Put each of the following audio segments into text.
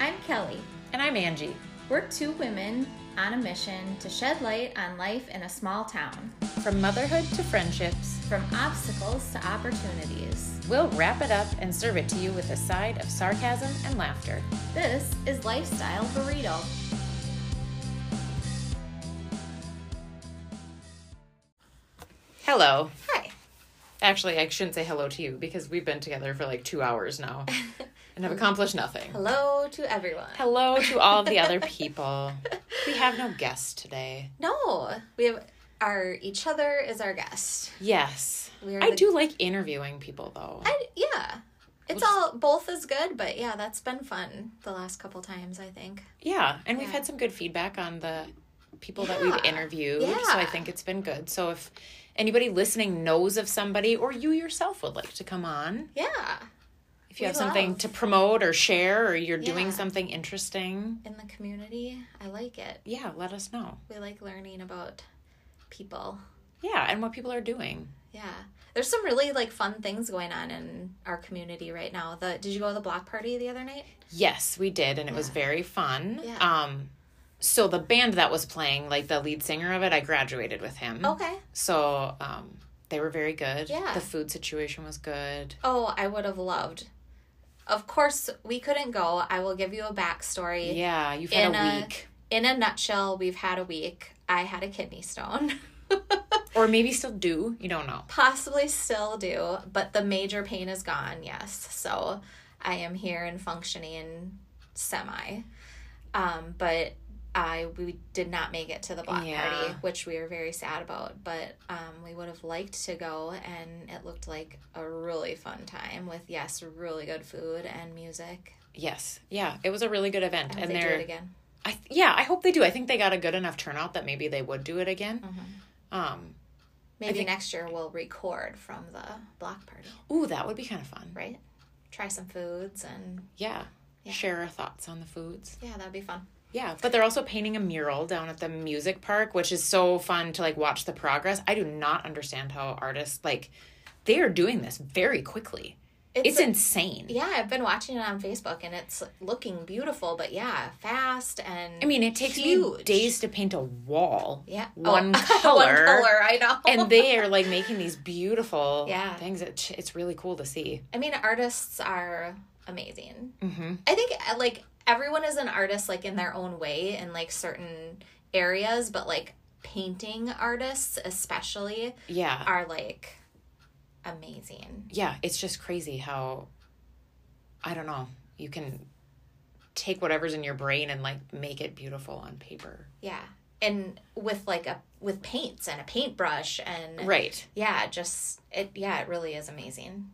I'm Kelly. And I'm Angie. We're two women on a mission to shed light on life in a small town, From motherhood to friendships, from obstacles to opportunities. we'll wrap it up and serve it to you with a side of sarcasm and laughter. This is Lifestyle Burrito. Hello. Hi. Actually, I shouldn't say hello to you because we've been together for like two hours now and have accomplished nothing. Hello to everyone. Hello to all of the other people. We have no guest today. No, we have our each other is our guest. Yes. We are I the- do like interviewing people though. I, yeah. It's all both is good, but yeah, that's been fun the last couple times, I think. Yeah, and we've Yeah. had some good feedback on the people that Yeah. we've interviewed. So I Yeah. think it's been good. So if anybody listening knows of somebody or you yourself would like to come on, Yeah. if you We have something love. to promote or share or you're doing Yeah. something interesting, In the community, I like it. yeah, let us know. We like learning about people. Yeah, and what people are doing. Yeah. There's some really like fun things going on in our community right now. The did you go to the block party the other night? Yes, we did and it was very fun. Yeah. Um so the band that was playing, like the lead singer of it, I graduated with him. Okay. So um they were very good. Oh. Yeah. The food situation was good. Oh, I would have loved. Of course, we couldn't go. I will give you a backstory. Yeah, you've had In a a- week. In a nutshell, we've had a week. I had a kidney stone. or maybe still do. You don't know. Possibly still do, but the major pain is gone, yes. So I am here and functioning semi. Um, but I we did not make it to the block Yeah. party, which we were very sad about. But um, we would have liked to go, and it looked like a really fun time with yes, really good food and music. Yes, yeah, it was a really good event, And and they do it they're. again. I th- yeah, I hope they do. I think they got a good enough turnout that maybe they would do it again. Mm-hmm. Um, Maybe think- next year we'll record from the block party, ooh, that would be kind of fun. right? Try some foods and Yeah. Yeah. share our thoughts on the foods. yeah, that'd be fun. Yeah, but they're also painting a mural down at the music park, which is so fun to like watch the progress. I do not understand how artists like they are doing this very quickly. It's, a- insane. Yeah, I've been watching it on Facebook and it's looking beautiful, but yeah, fast and I mean, it takes me Huge. days to paint a wall. yeah, Oh, one one color. color, I know. and they are like making these beautiful Yeah. things. It, it's really cool to see. I mean, artists are amazing. Mm-hmm. I think uh, like everyone is an artist like in their own way in like certain areas, but like painting artists especially Yeah. are like amazing. Yeah. It's just crazy how, I don't know, you can take whatever's in your brain and like make it beautiful on paper. Yeah. And with like a with paints and a paintbrush and Right. yeah just it yeah it really is amazing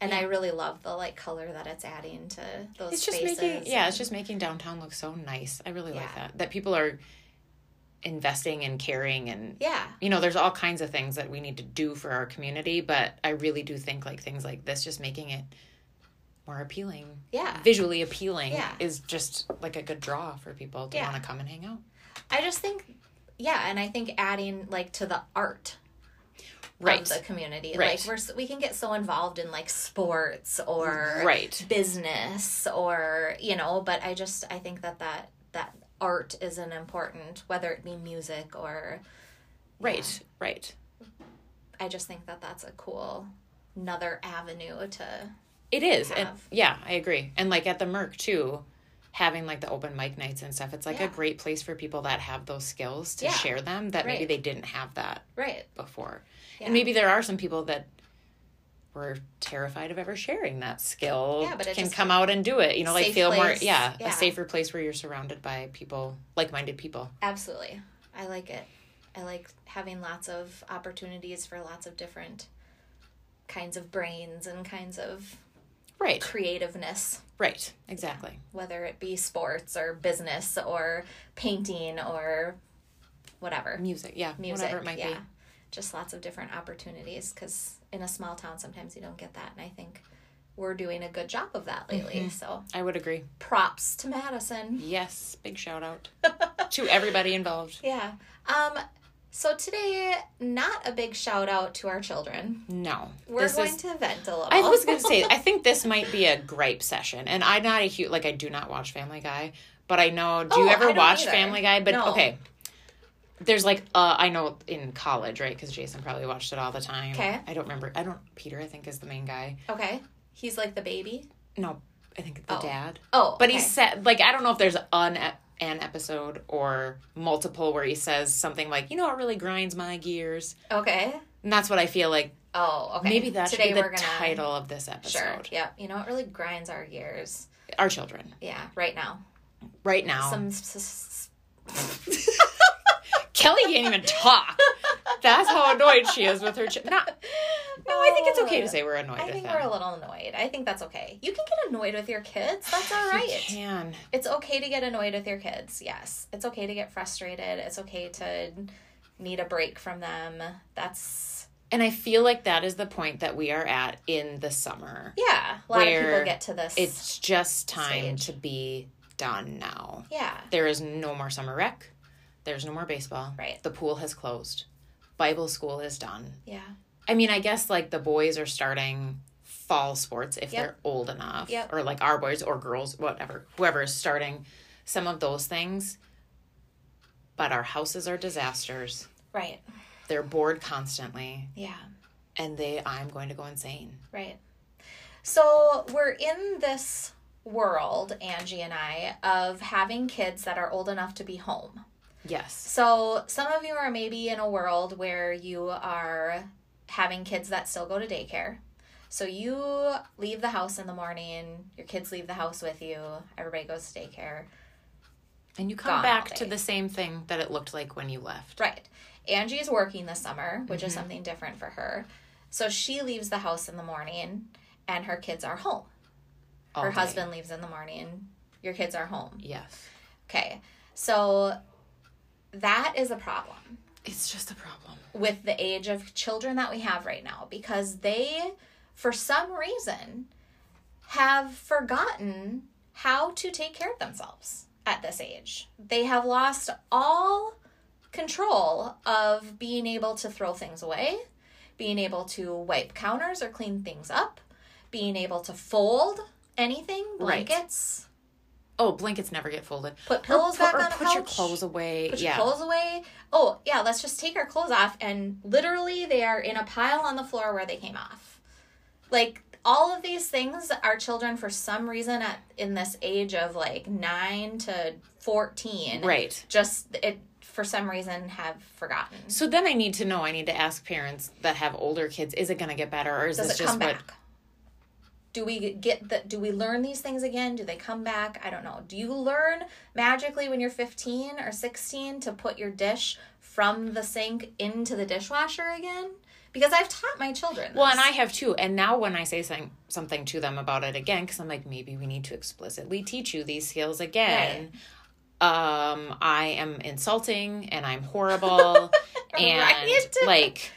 and i really love the like color that it's adding to those It's just spaces making, yeah, it's just making downtown look so nice. I really like Yeah. that. That people are investing and caring and yeah you know there's all kinds of things that we need to do for our community but i really do think like things like this just making it more appealing yeah visually appealing Yeah. is just like a good draw for people to Yeah. want to come and hang out. i just think yeah and i think adding like to the art Right. of the community Right. like we're s- we can get so involved in like sports or Right. business or you know but i just i think that that that art is an important whether it be music or Right. Right. i just think that that's a cool another avenue to It is. And Have. yeah, I agree. And like at the Merck too, having like the open mic nights and stuff, it's like a Yeah. great place for people that have those skills to Yeah. share them that maybe Right. they didn't have that right before. Yeah. And maybe there are some people that were terrified of ever sharing that skill Yeah, but it can just- come out and do it. You know, like Safe feel more place. yeah, Yeah. a safer place where you're surrounded by people, like minded people. Absolutely. I like it. I like having lots of opportunities for lots of different kinds of brains and kinds of Right. creativeness, Right. Exactly. whether it be sports or business or painting or whatever. Music, yeah. Music. Whatever it might yeah. be. Just lots of different opportunities because in a small town, sometimes you don't get that. And I think we're doing a good job of that lately. Mm-hmm. So I would agree. props to Madison. Yes, big shout out to everybody involved. Yeah. Um, So today, not a big shout out to our children. No. We're this going is- to vent a little. I was going to say, I think this might be a gripe session. And I'm not a huge, like, I do not watch Family Guy, but I know, do Oh, you I ever don't watch either. Family Guy? But No. okay. There's like, uh, I know in college, right? Because Jason probably watched it all the time. Okay. I don't remember. I don't, Peter, I think, is the main guy. okay, he's like the baby. No, I think the Oh. dad. Oh, But okay. he said, like, I don't know if there's an, ep- an episode or multiple where he says something like, you know, it really grinds my gears. okay. And that's what I feel like. Oh, okay. Maybe that today should be the we're gonna title of this sure. episode. Yep. You know, it really grinds our gears. Our children, Yeah, right now. right now. Some s- s- Kelly can't even talk. That's how annoyed she is with her. Ch- not, no, I think it's okay to say we're annoyed oh, I with think them. we're a little annoyed. I think that's okay. You can get annoyed with your kids. That's all You right. can. It's okay to get annoyed with your kids. Yes. It's okay to get frustrated. It's okay to need a break from them. That's And I feel like that is the point that we are at in the summer. yeah. A lot of people Where get to this. It's just time Stage. to be done now. yeah. There is no more summer rec. There's no more baseball. Right. The pool has closed. Bible school is done. Yeah. I mean, I guess like the boys are starting fall sports if Yep. they're old enough, Yep. or like our boys or girls, whatever, whoever is starting some of those things. But our houses are disasters. Right. They're bored constantly, Yeah. and they I'm going to go insane. Right. So we're in this world, Angie and I, of having kids that are old enough to be home. Yes. So some of you are maybe in a world where you are having kids that still go to daycare. So you leave the house in the morning, your kids leave the house with you, everybody goes to daycare. And you come Gone all back to day. the same thing that it looked like when you left. Right. Angie's working this summer, which Mm-hmm. is something different for her. So she leaves the house in the morning and her kids are home. all her day. husband leaves in the morning your kids are home Yes. okay so that is a problem It's just a problem. with the age of children that we have right now because they for some reason have forgotten how to take care of themselves at this age they have lost all control of being able to throw things away being able to wipe counters or clean things up being able to fold anything Right. blankets Oh, blankets never get folded. put pillows or, back or on the put your couch. clothes away. Put yeah. your clothes away. Oh yeah, let's just take our clothes off and literally they are in a pile on the floor where they came off. Like all of these things our children for some reason at in this age of like 9 to 14 Right. just it for some reason have forgotten. So then I need to know. I need to ask parents that have older kids: Is it going to get better, or is Does this it just come what? back? Do we get the do we learn these things again? Do they come back? I don't know. Do you learn magically when you're 15 or 16 to put your dish from the sink into the dishwasher again? Because I've taught my children. Well, and this. I have too. And now when I say something, something to them about it again, because I'm like, maybe we need to explicitly teach you these skills again. Um, I am insulting and I'm horrible and Right? Ah. like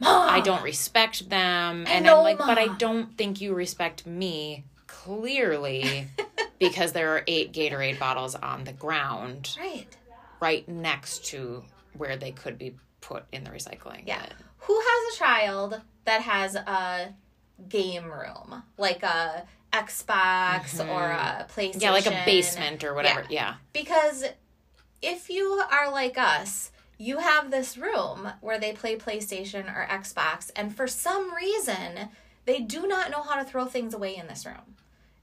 Mom, I don't respect them. and know, I'm like, but I Ma." don't think you respect me clearly because there are eight Gatorade bottles on the ground. Right. right next to where they could be put in the recycling. Yeah. bin. Who has a child that has a game room like a Xbox or a PlayStation? Mm-hmm. Yeah, like a basement or whatever. Yeah. Because if you are like us, you have this room where they play PlayStation or Xbox, and for some reason, they do not know how to throw things away in this room.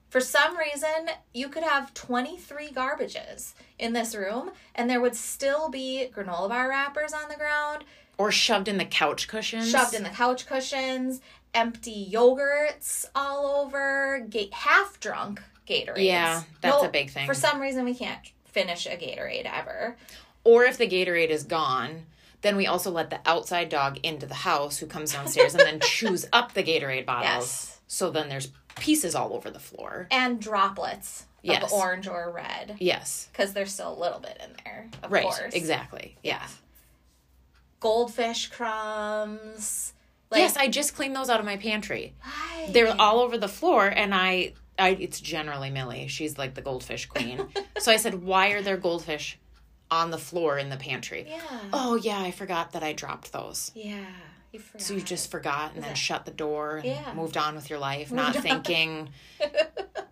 For some reason, you could have 23 garbages in this room, and there would still be granola bar wrappers on the ground, Or shoved in the couch cushions. shoved in the couch cushions, empty yogurts all over, ga- half drunk Gatorades. Yeah, that's No, a big thing. For some reason, we can't finish a Gatorade ever. or if the Gatorade is gone, then we also let the outside dog into the house who comes downstairs and then chews up the Gatorade bottles. Yes. So then there's pieces all over the floor. and droplets Yes. of orange or red Yes. because there's still a little bit in there, of Right. course. Exactly. Yeah. Goldfish crumbs. Like, yes, I just cleaned those out of my pantry. why? they're all over the floor and I, I it's generally millie she's like the goldfish queen so i said why are there goldfish on the floor in the pantry. Yeah. Oh yeah, I forgot that I dropped those. Yeah. You forgot. So you just forgot and then shut the door and Yeah. moved on with your life, not Moved on. thinking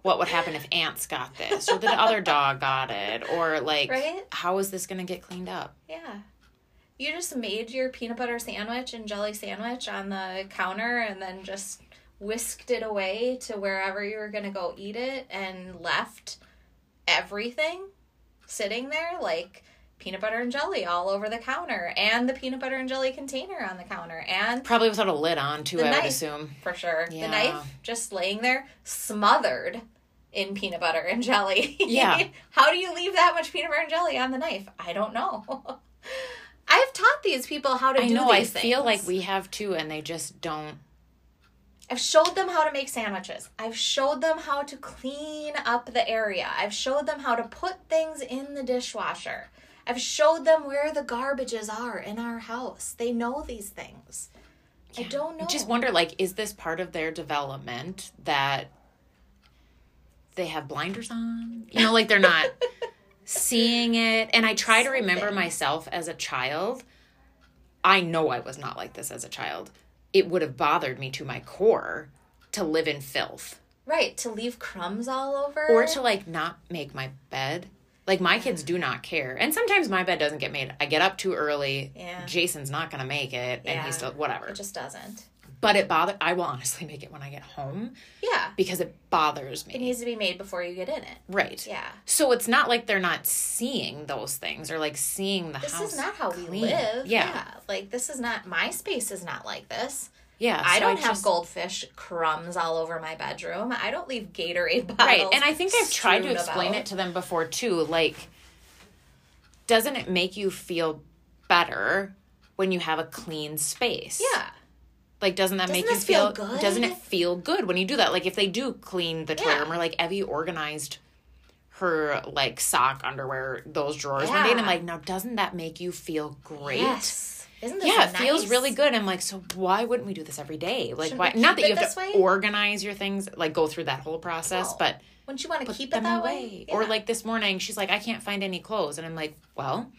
what would happen if ants got this or the other dog got it or like Right? how is this going to get cleaned up? Yeah. You just made your peanut butter sandwich and jelly sandwich on the counter and then just whisked it away to wherever you were going to go eat it and left everything sitting there like peanut butter and jelly all over the counter and the peanut butter and jelly container on the counter and Probably without a lid on too, The I knife. would assume. for sure Yeah. the knife just laying there smothered in peanut butter and jelly. Yeah. How do you leave that much peanut butter and jelly on the knife? I don't know. I've taught these people how to I do know I these things. feel like we have too and they just don't I've showed them how to make sandwiches. I've showed them how to clean up the area. I've showed them how to put things in the dishwasher. I've showed them where the garbages are in our house. They know these things. I don't know. I just wonder like is this part of their development that they have blinders on? You know, like they're not seeing it. And I try to remember Something. myself as a child. I know I was not like this as a child. It would have bothered me to my core to live in filth right to leave crumbs all over. or to like not make my bed. Like my kids do not care. And sometimes my bed doesn't get made. I get up too early. Yeah. Jason's not going to make it and Yeah. he's still whatever. it just doesn't. But it bother I will honestly make it when I get home Yeah, because it bothers it me. needs to be made before you get in it. Right. Yeah, So it's not like they're not seeing those things or like seeing the this house. is not how we clean. live. Yeah. like this is not my space. Is not like this. Yeah. I so don't have just- goldfish crumbs all over my bedroom. I don't leave Gatorade bottles. Right. And I think I've tried to strewn explain about. it to them before too. Like, doesn't it make you feel better when you have a clean space? Yeah. Like, doesn't that make you this feel feel, good? Doesn't it feel good when you do that? Like, if they do clean the toilet Yeah. room or like Evie organized her like sock underwear those drawers one day and Yeah. i'm like now doesn't that make you feel great Yes. Isn't this yeah, it feels nice? really good. I'm like, so why wouldn't we do this every day? Like, Shouldn't why? we Not keep that it you have this to way? organize your things, like go through that whole process, No. but Wouldn't you want to keep it them that away. way? Or Yeah. like this morning, she's like, I can't find any clothes, and I'm like, well,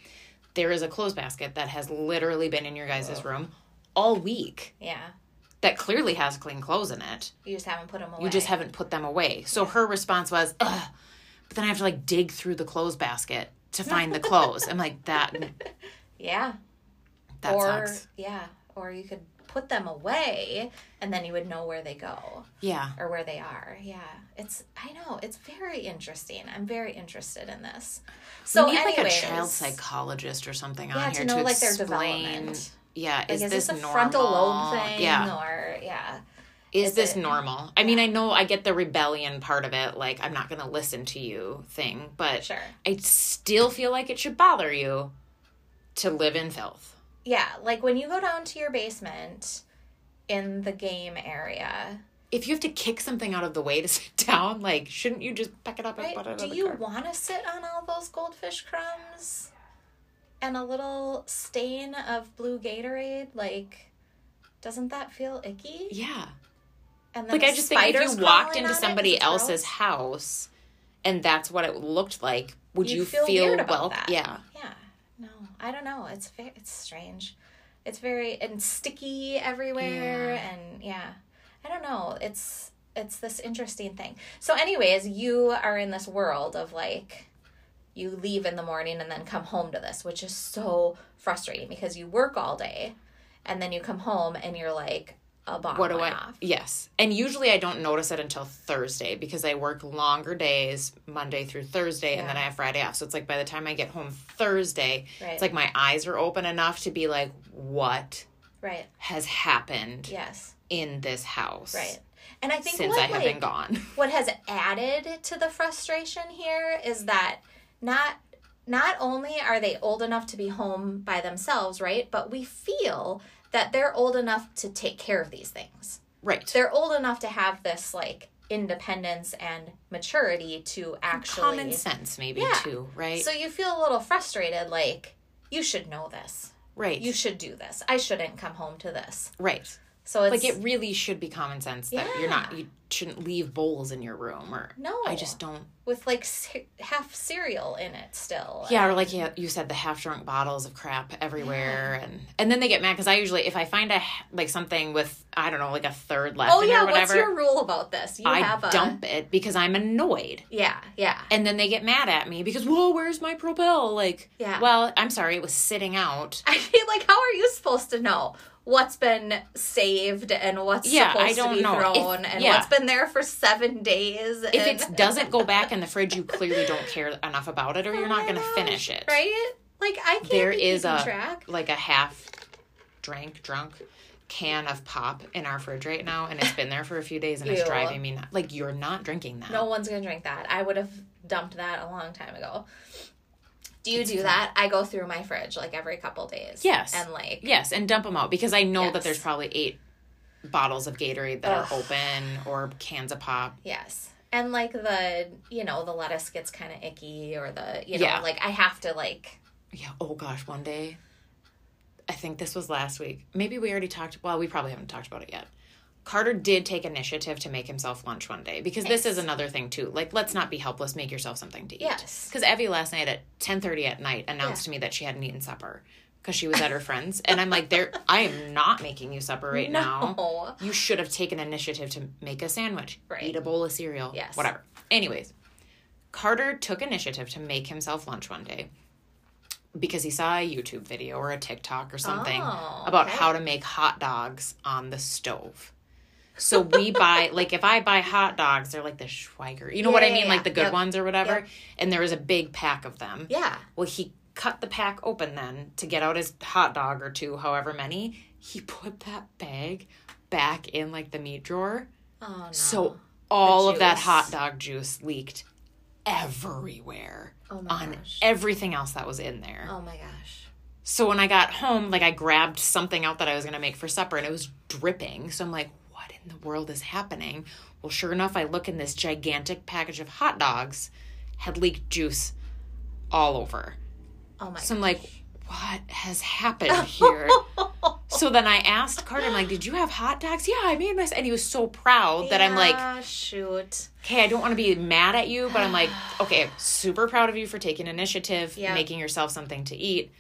there is a clothes basket that has literally been in your guys' room all week Yeah. that clearly has clean clothes in it. You just haven't put them away. You just haven't put them away. So her response was, Ugh. but then I have to like dig through the clothes basket to find the clothes. I'm like, that Yeah. that or sucks. yeah. Or you could put them away and then you would know where they go. Yeah. or where they are. Yeah, it's I know it's very interesting. I'm very interested in this. So, we need anyways, like a child psychologist or something yeah, on here to know to like their explain. development. Yeah, Like, is, is this, this, a normal? frontal lobe thing? Yeah, or yeah, is, is this it- normal? I mean, I know I get the rebellion part of it, like I'm not going to listen to you thing, but sure, I still feel like it should bother you to live in filth. yeah. Like when you go down to your basement in the game area, If you have to kick something out of the way to sit down, like shouldn't you just pick it up and right? put it? Do in the you car? want to sit on all those goldfish crumbs and a little stain of blue Gatorade? Like, doesn't that feel icky? Yeah. And then Like the I just think if you spiders walked crawling into on it 'cause somebody it's gross. else's house and that's what it looked like, would You'd you feel feel, weird about well? that. Yeah. Yeah. No, I don't know. It's very, it's strange. It's very and sticky everywhere and yeah. I don't know. It's it's this interesting thing. So anyways, you are in this world of like you leave in the morning and then come home to this, which is so frustrating because you work all day and then you come home and you're like a bomb what do went I? off. Yes, and usually I don't notice it until Thursday because I work longer days, Monday through Thursday, and then I have Friday off. So it's like by the time I get home Thursday, Right. it's like my eyes are open enough to be like, what Right. has happened Yes. in this house? Right. And I think Since what, I have like, been gone, what has added to the frustration here is that not not only are they old enough to be home by themselves, right? But we feel that they're old enough to take care of these things. right? They're old enough to have this like independence and maturity to actually Common sense, maybe Yeah. too, right? So you feel a little frustrated like you should know this. right, You should do this. I shouldn't come home to this. right. So it's like it really should be common sense that you're not Yeah. you shouldn't leave bowls in your room or no, I just don't. with like se- half cereal in it still. Yeah, or like yeah, you said the half drunk bottles of crap everywhere, and and then they get mad because I usually if I find a h- like something with I don't know like a third left Oh in yeah, or whatever, what's your rule about this? You I have a dump it because I'm annoyed, Yeah, yeah, and then they get mad at me because whoa, where's my Propel? Like, yeah. well, I'm sorry, it was sitting out. I mean, like, how are you supposed to know what's been saved and what's Yeah, supposed I don't to be know. If- thrown and yeah. what's been there for seven days? If and, it doesn't go back in the fridge, you clearly don't care enough about it, or you're Oh not my going to gosh, finish it. right, like I can't There be is keeping a- track. like a half drank drunk can of pop in our fridge right now and it's been there for a few days and Ew. it's driving me nuts. like you're not drinking that No one's gonna drink that. I would have dumped that a long time ago. Do you It's do fine. that? I go through my fridge like every couple days. Yes. and like yes and dump them out because i know that Yes. there's probably eight bottles of gatorade that Ugh. are open or cans of pop Yes. And like the, you know, the lettuce gets kind of icky or the, you know, Yeah. like I have to like, yeah oh gosh one day i think this was last week maybe we already talked well we probably haven't talked about it yet carter did take initiative to make himself lunch one day because this Nice. is another thing too like let's not be helpless make yourself something to eat yes. Because Evie last night at ten thirty at night announced to me that she hadn't eaten supper because she was at her friend's, and I'm like, "There, I am not making you supper right now. No. You should have taken initiative to make a sandwich, Right. eat a bowl of cereal, Yes. whatever." Anyways, Carter took initiative to make himself lunch one day because he saw a YouTube video or a TikTok or something Oh, about okay. how to make hot dogs on the stove. So we buy like if I buy hot dogs, they're like the Schweiger, you know Yeah, what I yeah, mean, yeah. like the good Yep. ones or whatever. Yep. And there was a big pack of them. Yeah. Well, he cut the pack open then to get out his hot dog or two, however many. He put that bag back in like the meat drawer. Oh, no. So all of that juice. hot dog juice leaked everywhere oh my on gosh. everything else that was in there. oh my gosh. So when I got home, like I grabbed something out that I was going to make for supper and it was dripping. So I'm like, what in the world is happening? Well, sure enough, I look and this gigantic package of hot dogs had leaked juice all over. Oh my So I'm like, what has happened here? so then I asked Carter, I'm like, did you have hot dogs? Yeah, I made my. And he was so proud that I'm like, Yeah, shoot. okay, I don't want to be mad at you, but I'm like, okay, super proud of you for taking initiative, Yeah. making yourself something to eat.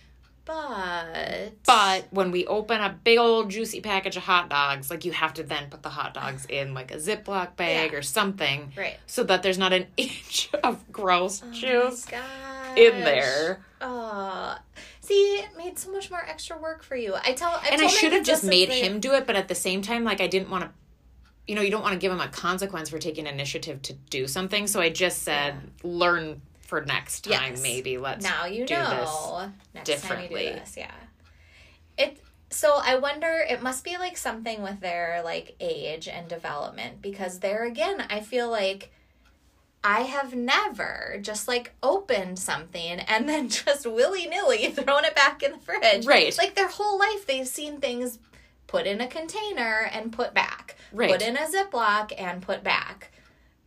But. But when we open a big old juicy package of hot dogs, like you have to then put the hot dogs in like a Ziploc bag Yeah. or something Right. so that there's not an inch of gross juice Oh my gosh. in there. Oh. See, it made so much more extra work for you. I tell. I and I told my should have kids just this, made it's like- him do it, but at the same time, like I didn't want to, you know, you don't want to give him a consequence for taking initiative to do something. So I just said, learn for next time, Yes. maybe. Let's. now you do this know next time you differently. do this yeah it so i wonder it must be like something with their like age and development because there again i feel like I have never just like opened something and then just willy nilly thrown it back in the fridge. Right. Like their whole life, they've seen things put in a container and put back, Right. put in a Ziploc and put back.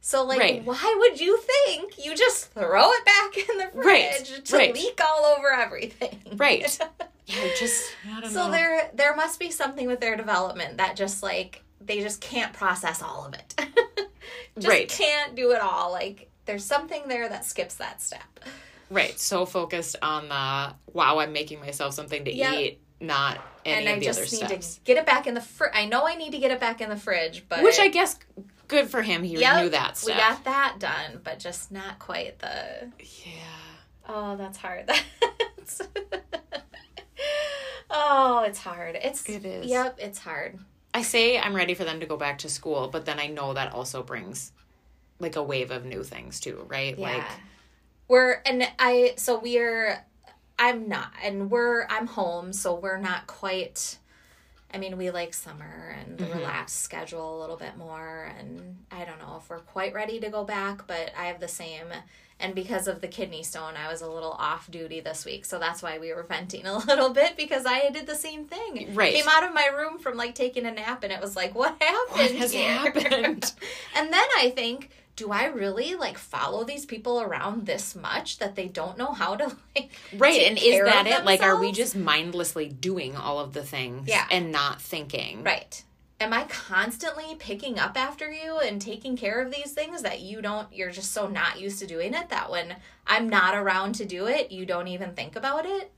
So, like, Right. why would you think you just throw it back in the Right, fridge to right. leak all over everything? Right. Mm-hmm. Yeah, just. I don't so know. there, there must be something with their development that just like they just can't process all of it. just Right. can't do it all. Like there's something there that skips that step. Right. So focused on the wow, I'm making myself something to Yeah. eat, not and any of I the just other need steps. to get it back in the fridge. I know I need to get it back in the fridge, but Which I guess good for him. He Yep, knew that stuff. we got that done, but just not quite the yeah. Oh, that's hard. That's oh, it's hard. It's It is. Yep, it's hard. I say I'm ready for them to go back to school, but then I know that also brings like a wave of new things too, right? Yeah. Like we're and I so we're I'm not and we're I'm home, so we're not quite I mean, we like summer and the relaxed schedule a little bit more and I don't know if we're quite ready to go back, but I have the same and because of the kidney stone, I was a little off duty this week. So that's why we were venting a little bit because I did the same thing. Right. Came out of my room from like taking a nap and it was like, what happened? what has here? happened? And then I think, do I really like follow these people around this much that they don't know how to like right. take And is care that it? of Like are we themselves? just mindlessly doing all of the things Yeah. and not thinking? right? am I constantly picking up after you and taking care of these things that you don't, you're just so not used to doing it that when I'm not around to do it, you don't even think about it?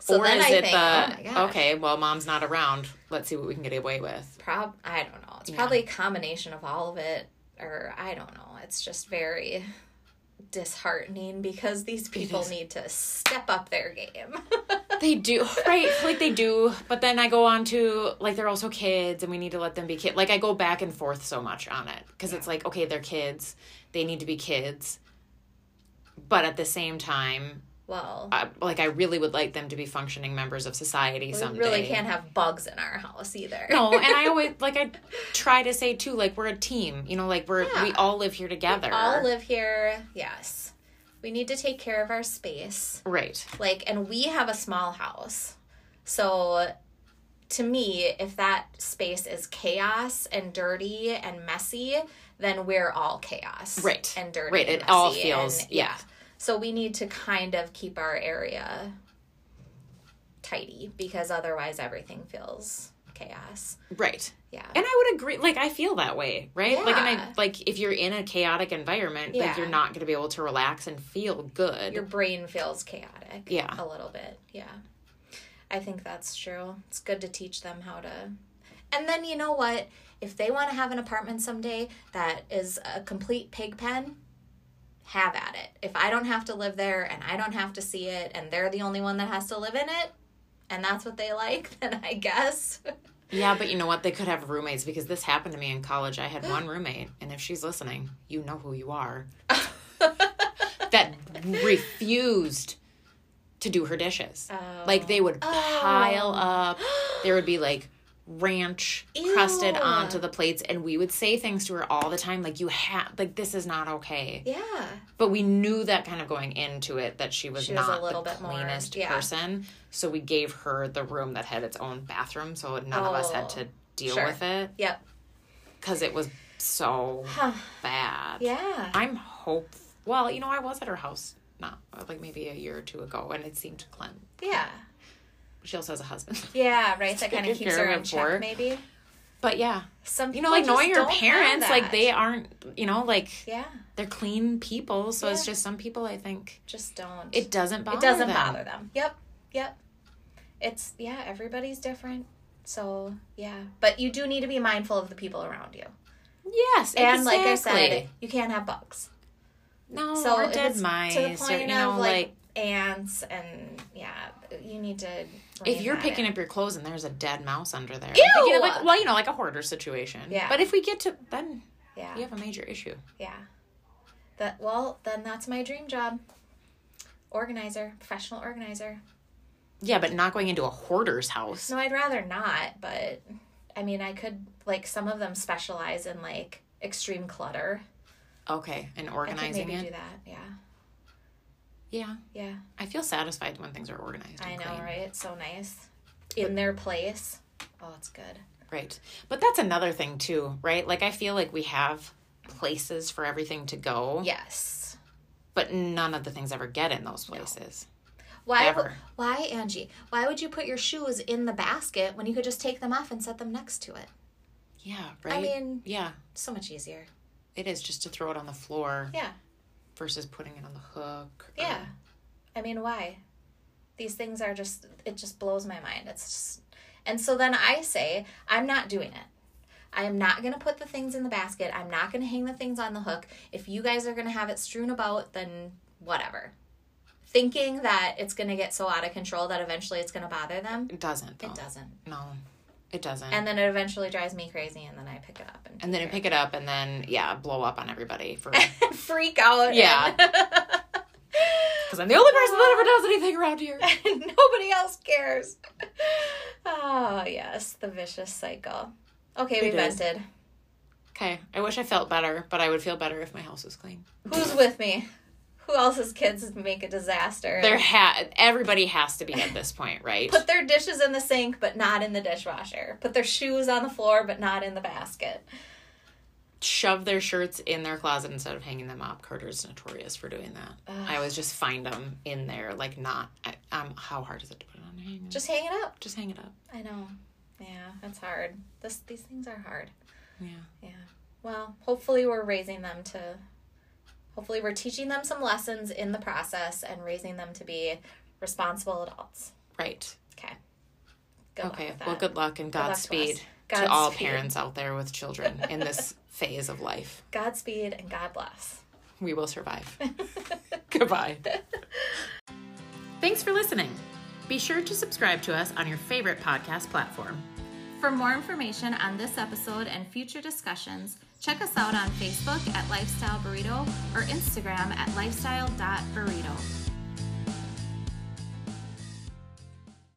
So or then is I it think, oh my the gosh, okay? Well, mom's not around. Let's see what we can get away with. prob, I don't know. It's Yeah. probably a combination of all of it, or I don't know. It's just very disheartening because these people is. need to step up their game. They do, right? Like they do, but then I go on to like they're also kids, and we need to let them be kids. Like I go back and forth so much on it because it's like okay, they're kids, they need to be kids, but at the same time, well, I, like I really would like them to be functioning members of society we someday. really can't have bugs in our house either. No, and I always like I try to say too, like we're a team. You know, like we're we Yeah. all live here together. all live here. Yes. We need to take care of our space. right. Like, and we have a small house. So, to me, if that space is chaos and dirty and messy, then we're all chaos. Right. And dirty. Right, and it all messy feels- and- yeah. So, we need to kind of keep our area tidy because otherwise everything feels chaos. Right. Yeah. And I would agree. Like I feel that way, right? Like and I Yeah. like if you're in a chaotic environment, Yeah. like you're not going to be able to relax and feel good. your brain feels chaotic Yeah. a little bit yeah i think that's true it's good to teach them how to and then you know what if they want to have an apartment someday that is a complete pig pen have at it if i don't have to live there and i don't have to see it and they're the only one that has to live in it and that's what they like then i guess yeah, but you know what? They could have roommates because this happened to me in college. I had one roommate, and if she's listening, you know who you are. that refused to do her dishes. Like they would pile up. There would be like ranch crusted Ew. onto the plates and we would say things to her all the time like you have like this is not okay. yeah But we knew that kind of going into it that she was She was a not little the bit more- cleanest yeah. person. So we gave her the room that had its own bathroom so none of us had Oh, to deal sure. with it yep cuz it was so Huh. bad. yeah I'm hope. Well, you know, I was at her house not like maybe a year or two ago, and it seemed clean. yeah She also has a husband, yeah right that kind of Taking keeps care her of in it check for- maybe but yeah, some you know, like people knowing just your don't have parents, like that. they aren't, you know, like yeah they're clean people. So it's Yeah. just some people. I think just don't it doesn't bother. it doesn't them. bother them yep yep it's yeah everybody's different so yeah but you do need to be mindful of the people around you Yes, and like i exactly. said you can't have bugs no, so or if dead it's mice, to the or, point you know, of like, like. ants and yeah you need to If rein you're that picking in. up your clothes and there's a dead mouse under there, I'm Ew! thinking of, like, well, you know, like a hoarder situation. Yeah. But if we get to then, yeah you have a major issue. yeah that well then that's my dream job organizer professional organizer Yeah, but not going into a hoarder's house. No, I'd rather not, but I mean, I could, like, some of them specialize in, like, extreme clutter. Okay, and I could organizing maybe it. do that. Yeah. Yeah, Yeah. I feel satisfied when things are organized. I and know, clean. right? It's so nice. In their place. Oh, it's good. Right, but that's another thing too, right? Like I feel like we have places for everything to go, Yes. but none of the things ever get in those places. Why, w- Ever. why, Angie? Why would you put your shoes in the basket when you could just take them off and set them next to it? Yeah, right. mean- yeah, So much easier. it is just to throw it on the floor Yeah. versus putting it on the hook. or- Yeah. I mean, why? These things are just, it just blows my mind. It's just, and so then I say, I'm not doing it. I am not going to put the things in the basket. I'm not going to hang the things on the hook. If you guys are going to have it strewn about, then whatever. Thinking that it's going to get so out of control that eventually it's going to bother them, it doesn't. Though. it doesn't. No, it doesn't. And then it eventually drives me crazy, and then I pick it up and, and then I pick it up and then yeah, blow up on everybody for freak out. Yeah. because I'm the only person that ever does anything around here. and nobody else cares. oh, yes, the vicious cycle. Okay, we It is. vented. Okay, I wish I felt better, but I would feel better if my house was clean. Who's with me? Who else's kids make a disaster? There ha everybody has to be at this point, right? Put their dishes in the sink, but not in the dishwasher. Put their shoes on the floor, but not in the basket. Shove their shirts in their closet instead of hanging them up. Carter's notorious for doing that. I always just find them in there, like not. I, um, how hard is it to put it on your hanger? Just hang it up. just hang it up. I know. Yeah, it's hard. This these things are hard. Yeah. Yeah. Well, hopefully we're raising them to hopefully we're teaching them some lessons in the process and raising them to be responsible adults. Right. Okay. Good luck okay. with Well, that. good luck and luck to us. Godspeed to, Godspeed. all parents out there with children in this phase of life. Godspeed and God bless. We will survive. Goodbye. Thanks for listening. Be sure to subscribe to us on your favorite podcast platform. For more information on this episode and future discussions, check us out on Facebook at Lifestyle Burrito or Instagram at lifestyle.burrito.